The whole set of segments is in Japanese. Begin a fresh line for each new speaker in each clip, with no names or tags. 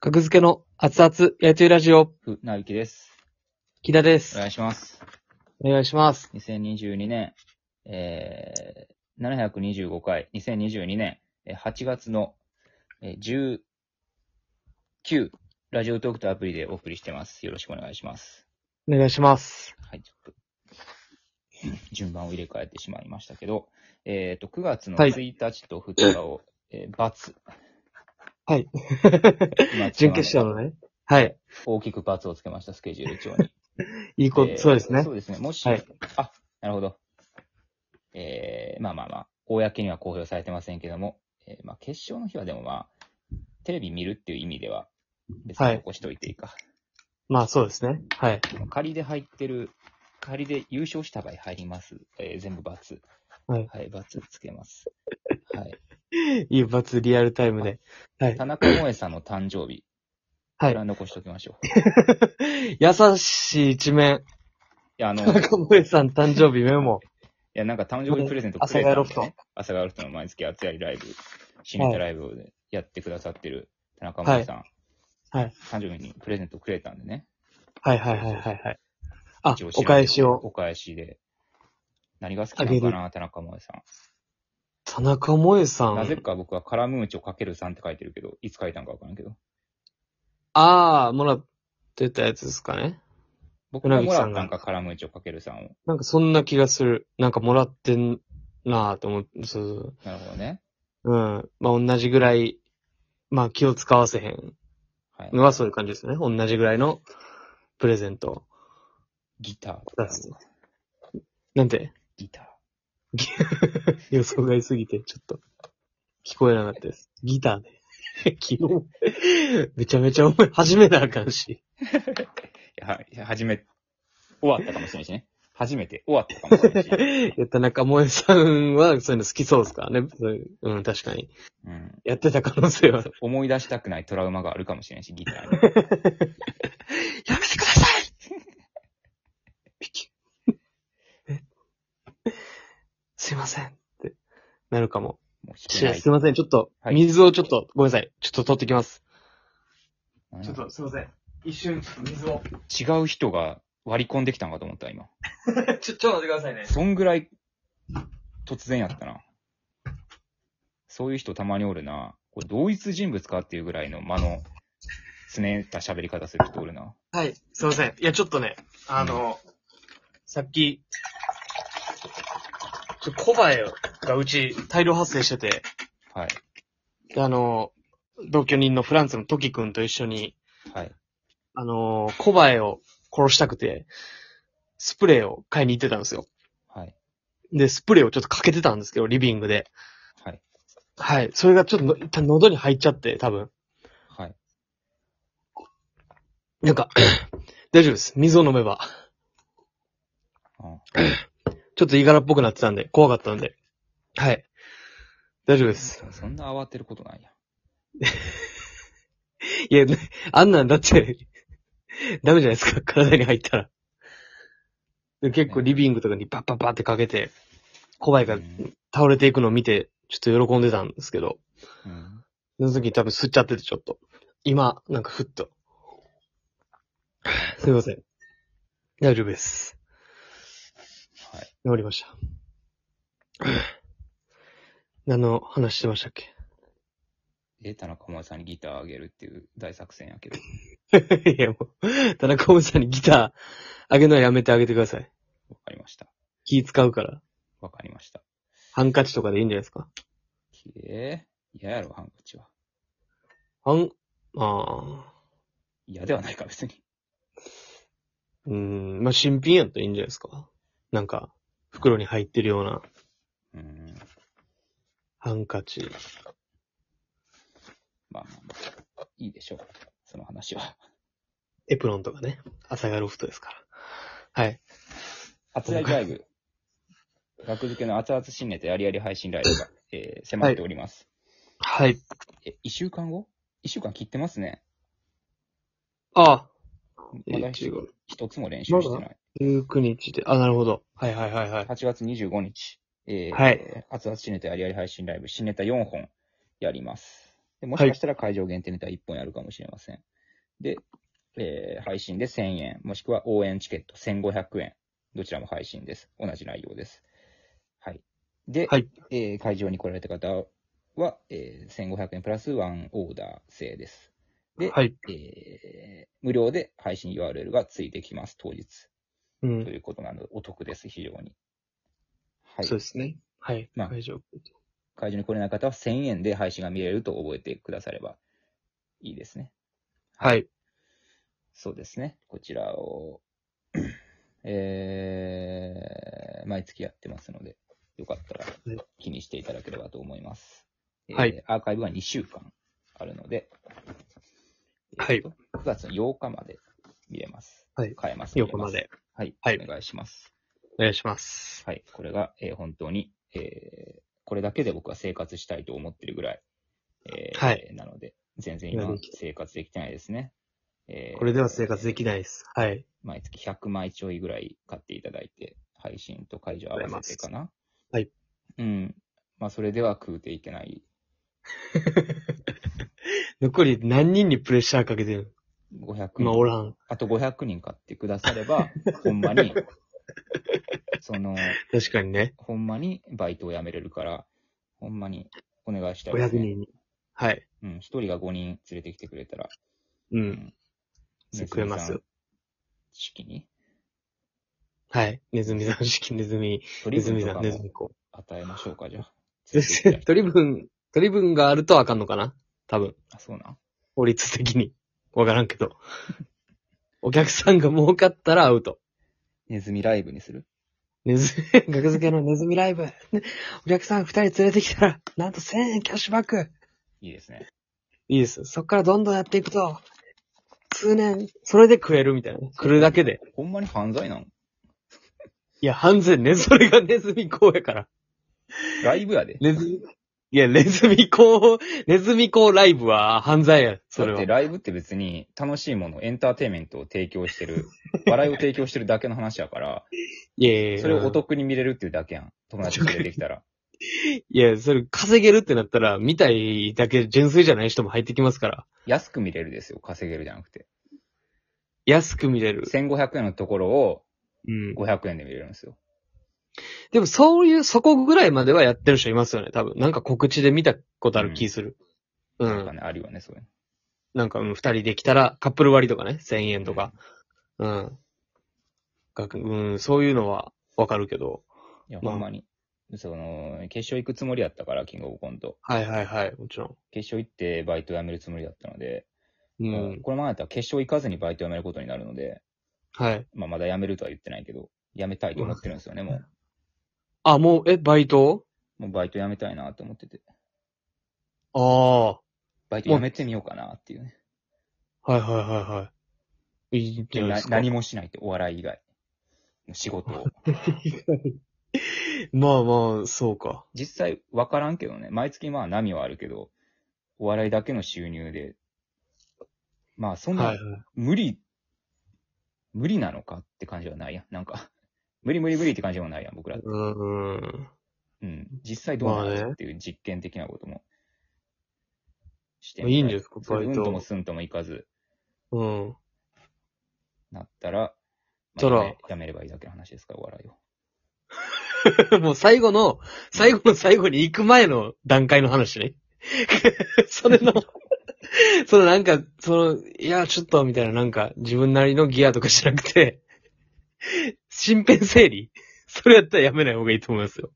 格付けの熱々野球ラジオ、
ふなびきです。
木田で
お
す
願。いします。
お願いします。
2022年、えー、725回、2022年、えー8月の、えー、19、ラジオトークとアプリでお送りしてます。よろしくお願いします。
お願いし ます。
はい、ちょっと、順番を入れ替えてしまいましたけど、えっ、と、9月の
はい
1日と2日を、えー、罰。
はい。
今
準決勝のね。はい。
大きく罰をつけました、スケジュール帳に。
いいこ
えー
と、そうですね
そ。うですね。もし、
はい
あ、なるほど。えー、まあまあまあ、公には公表されてませんけども、えーまあ決勝の日はでもまあ、テレビ見るっていう意味では、別
は
に
い
起こしておいていいか。
まあそうですね。はい。
仮で入ってる、仮で優勝した場合入ります。えー全部罰。
はい
はい、罰つけます。はい。
いい罰リアルタイムで。はい
田。中萌さんの誕生日。
は
これ
い。
は残しておきましょう。い
優しい一面。
や、あの、
中森さん誕生日メモ。
いや、なんか誕生日プレゼントくれたんで、ね、朝がロフトの毎月熱いライブ、新ネタライブをねやってくださってる田中萌さん、
はいはい
誕生日にプレゼントくれたんでね。
はいはいはいはいはい。あ
一応、調
お
べて
返しを。
お返しで。何が好きなのかな、田中萌さ
田中萌さ
ん。なぜ
ん。
か僕はカラムーチョ×さんって書いてるけど、いつ書いたんかわからんけど。
ああ、もらってたやつですかね。
僕がもら
うなぎ
っ
さ
た
ん
ん
が
か、カラムーチョ×さんを。
なんかそんな気がする。なんかもらってんなぁと思って、そうそう。
なるほどね。
うん。まあ、同じぐらい、まあ、気を使わせへん
はい。
のはそういう感じですね。同じぐらいのプレゼント。
ギターと
そう
か
で。すなんて、
ギター。
予想外すぎて、ちょっと、聞こえなかったです。ギターね。 昨日、めちゃめちゃ思い、始めなあかんし。
いやはいや、初め、終わったかもしれないしね。初めて終わったかもしれないし。
やった中萌さんは、そういうの好きそうですからね。そういううん、確かに。
うん
やってた可能性はあ
そう
る。
思い出したくないトラウマがあるかもしれないし、ギターに。
やめてくださ いピキュ すいません。って、なるかも。
もう弾
す
け
い
な
ま
い。
せん、ちょっと、
はい
水をちょっと、ごめんなさい。ちょっと取ってきます。
うん
と、すいません。一瞬、 ちょっと水を。
違う人が割り込んできたんかと思った、今。
ちょ、ちょっと待ってくださいね。
そんぐらい、突然やったな。そういう人たまにおるな。これ同一人物かっていうぐらいの間の、つねった喋り方する人おるな。
はい、すいません。いや、ちょっとね、あの、さっき、ちょ、コバエがうち大量発生してて、
はい。
であの、同居人のフランスのトキ君と一緒に、
はい。
あの、コバエを殺したくて、スプレーを買いに行ってたんですよ。
はい。
で、スプレーをちょっとかけてたんですけど、リビングで。
はい。
はい。それがちょっとの、一旦喉に入っちゃって、多分。
はい。
なんか、 大丈夫です。水を飲めば。
うん
ちょっといがらっぽくなってたんで、怖かったんで。はい。大丈夫です。
そんな慌てることないや。
いや、ねあんなんだって、 ダメじゃないですか、体に入ったら。で結構リビングとかにパッパッパってかけて、コバエが
うん
倒れていくのを見て、ちょっと喜んでたんですけど、
うん
その時に多分吸っちゃっててちょっと。今、なんかふっと。すいません。大丈夫です。
はい。
治りました。何の話してましたっけ
え、田中萌さんにギターあげるっていう大作戦やけど。
いやもう、田中おさんにギターあげるのはやめてあげてください。
わかりました。
気使うから。
わかりました。
ハンカチとかでいいんじゃないですか。
えー、嫌やろ、ハンカチは。
ハン、ああ、
嫌ではないか、別に。
うーん、まあ、新品やったらいいんじゃないですか。なんか、袋に入ってるような
うん。
ハンカチ。
まあまあまあ、いいでしょう。その話は。
エプロンとかね。朝がロフトですから。はい。
熱々ライブ。学付けの熱々新ネタやりやり配信ライブが、えー迫っております。
はい。
え、一週間後一週間切ってますね。
ああ。
まだ
15
一つも練習してない。
19日で、あ、なるほど。はいはいはいはい。
8月25日。えー
はい
熱々新ネタやりやり配信ライブ、新ネタ4本やります。でもしかしたら会場限定ネタ1本やるかもしれません。で、えー配信で1000円、もしくは応援チケット1500円。どちらも配信です。同じ内容です。はい。で、
はい
えー会場に来られた方は、えー1500円プラスワンオーダー制です。で
はい。
えー無料で配信 URL がついてきます、当日。
う
と
ん。
いうことなので、お得です、非常に。はい。
そうですね。はい。
まあ
大丈夫。
会場に来れない方は1000円で配信が見れると覚えてくださればいいですね。
はい。
そうですね。こちらを、えー毎月やってますので、よかったら気にしていただければと思います。えー
はい
アーカイブは2週間あるので、
はい
と9月の8日まで見れます。
はい
買えます。
8日まで。
はい。
はい
お願いします。
お願いします。
はい。これが、えー本当に、えーこれだけで僕は生活したいと思ってるぐらい、えー
はい
なので、全然今
いやでき
生活できてないですね。えー
これでは生活できないです。はい。
毎月100枚ちょいぐらい買っていただいて、配信と会場合わせてかな。
ありがと
うん。まあ、それでは食うていけない。
残り何人にプレッシャーかけてる
500
今お
人。
らん。
あと500人買ってくだされ ば、ほんまに、その、
確かにね。
ほんまにバイトを辞めれるから、ほんまにお願いしたいです、
500
ね。
人に。はい。
うん。1人が5人連れてきてくれたら、
う。。
うん
食えますよ。。
式に。
はい。ネズミさん式、ネズミ、
鳥
ネズ
分
ミ
と
さ
か
ん、ネズミ
も
子。
与えましょうか、じゃあ。
取り分、取り分があるとあかんのかな多分。
あ、そうなん。
法律的に。わからんけど。お客さんが儲かったらアウト。
ネズミライブにする
ネズ ミ、学付けのネズミライブ。ねお客さん二人連れてきたら、なんと1000円キャッシュバック。
いいですね。
いいです。そっからどんどんやっていくと、数年、それで食えるみたいなね。来るだけで。
ほんまに犯罪なん
いや、半然ね、それがネズミ講やから。
ライブやで。
ネズミ、いや、ネズミ講、ネズミ講ライブは犯罪や。それ
それっ
は
て。ライブって別に楽しいもの、エンターテインメントを提供してる、 笑いを提供してるだけの話やから、
いやいやいや
それをお得に見れるっていうだけやん。友達連れて きたら。
いや、それ稼げるってなったら、見たいだけ純粋じゃない人も入ってきますから。
安く見れるですよ、稼げるじゃなくて。
安く見れる。
1500円のところを
うん。
500円で見れるんですよ。
でもそういう、そこぐらいまではやってる人いますよね、多分。なんか告知で見たことある気する。う
なんか
ん。
ね、あるよね、そういうの
なんか、うん二人できたら、カップル割とかね、1000円とか。うん。がうん、そういうのはわかるけど。
いや、
まあ
ほんまに。その、決勝行くつもりやったから、キングオブコント。
はいはいはい、もちろ
決勝行ってバイト辞めるつもりだったので、
ん。う。
もうんこのままやったら決勝行かずにバイト辞めることになるので、
はい。
まあまだ辞めるとは言ってないけど、辞めたいと思ってるんですよね、もう。
あ、もう、え、バイト
もうバイト辞めたいなと思ってて。
あ
バイト辞めてみようかなっていうね。
あ。はいはいはいはい。いいんじゃない
な
ですか。
何もしないって、お笑い以外。仕事を。
まあまあ、そうか。
実際分からんけどね。毎月まあ波はあるけど、お笑いだけの収入で、まあそん
は
ない
はい。
無理、無理なのかって感じはないやん。なんか、 無理無理無理って感じもないやん、僕ら。
うん。
うん。実際どうな
まあ
の
ね
っていう実験的なこともして
いいんですか、
そ
バ
れで
イ
うんとも
ト。
すんともいかず、
うん。
なったら、まあ
たら
やめやめればいいだけの話ですから、お笑 いを。
もう最後の、最後の最後に行く前の段階の話ね。 そ れの、そのなんか、その、いや、ちょっと、みたいな、なんか、自分なりのギアとかじゃなくて、身辺整理それやったらやめない方がいいと思いますよ。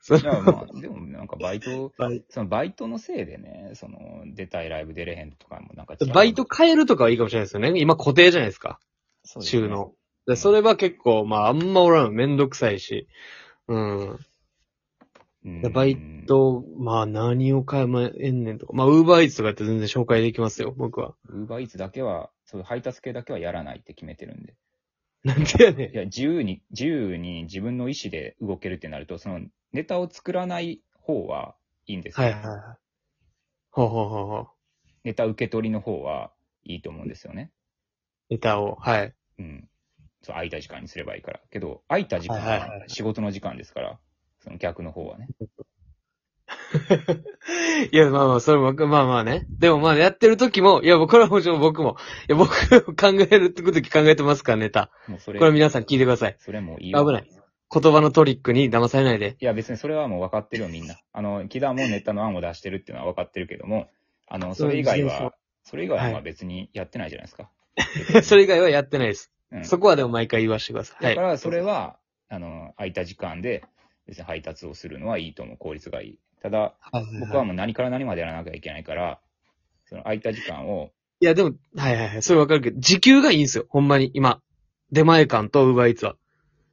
そ
いや、まあ、でもなんかバイト、
バイ
そのバイトのせいでね、その、出たいライブ出れへんとかもなんか違う
バイト変えるとかはいいかもしれないですよね。今固定じゃないですか。
そうですね
収納。でそれは結構、まあ、あんまおらん。めんどくさいし。うん。
うん
バイと、まあ、何を買えんねんとか。まあ、ウーバーイーツとかやって全然紹介できますよ、僕は。
ウーバーイーツだけは、そういう配達系だけはやらないって決めてるんで。
なんてやねん
い。や、自由に、自由に自分の意思で動けるってなると、その、ネタを作らない方はいいんですよ。
はいはいはい。ほうほうほうほう。
ネタ受け取りの方はいいと思うんですよね。
ネタを、はい。
うん。そう、空いた時間にすればいいから。けど、空いた時間
はいはいは
は仕事の時間ですから、その逆の方はね。
いや、まあまあ、それもわか、まあまあね。でもまあ、やってる時も、いや、これはもちろん僕も、いや、僕考える時考えてますから、ネタ。
もうそ
こ
れ、
れは皆さん聞いてください。
それもういい
危
よ
ない。言葉のトリックに騙されないで。
いや、別にそれはもう分かってるよ、みんな。あの、木田もネタの案を出してるっていうのは分かってるけども、あの、それ以外
そう
は、それ以外はま
は
あ
い
別にやってないじゃないですか。
それ以外はやってないです。
うん
そこはでも毎回言わせてください。は
だ
い。
から、それは、あの、空いた時間で、別に配達をするのはいいと思う、効率がいい。ただ、僕はもう何から何までやらなきゃいけないから、その空いた時間を、
いや、でも、はいはいはい。それわかるけど、時給がいいんですよ。ほんまに、今。出前館とウーバーイーツは。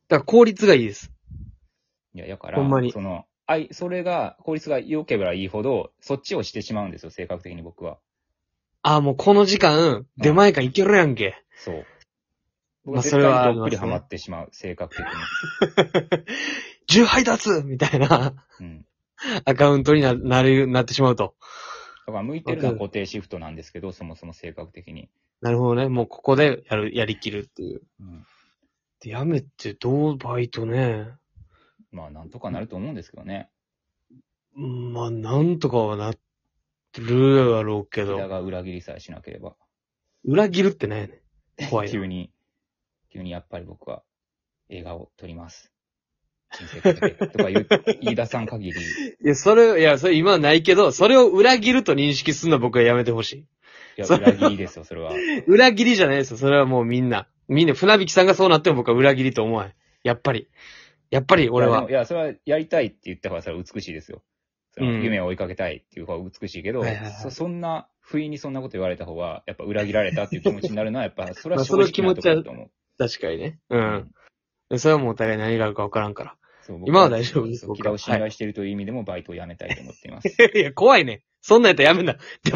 だから効率がいいです。
いや、だから、
ほんまに
その、あい、それが、効率が良ければいいほど、そっちをしてしまうんですよ、性格的に僕は。
ああ、もうこの時間、出前館行けるやんけ。
そう。僕
ま
は
あ
絶
それはあ
対に
り
どっ
ますね
ぷりハマってしまう、性格的に。
重配達みたいな
うん。
アカウントにななる、なってしまうと。
だから向いてるの
わ
は
か
固定シフトなんですけど、そもそも性格的に。
なるほどね。もうここでやる、やりきるっていう。
うん、
で、やめてどうバイトね。
まあ、なんとかなると思うんですけどね。
うんまあ、なんとかはなってるやろうけ
木田
ど。
が裏切りさえしなければ。
裏切るってないねん。怖い な。
急に、急にやっぱり僕は映画を撮ります。人生かけてとか言う、飯田さん 限り、
いや、それ、いや、それ今はないけど、それを裏切ると認識するのは僕はやめてほし
いや、
そう
裏切りですよ、それは。
い。裏切りじゃないですよ。それはもうみんな。みんな、船引さんがそうなっても僕は裏切りと思わない。やっぱり。やっぱり俺
いやで
は
も。いや、それはやりたいって言った方がそれは美しいですよ。その
うん
夢を追いかけたいっていう方が美しいけど、
はいはいはい
そそんな、不意にそんなこと言われた方が、やっぱ裏切られたっていう気持ちになるのは、やっ ぱ、それ
ま
は
あ
正
その
直なところだと思う。
確かにね。うん。それはもうお互い何があるかわからんから。
そう
今は大丈夫です僕
僕は木田
は
を信頼しているという意味でも、バイトを辞めたいと思っています。
いや、怖いね。そんなんやったらやめんな。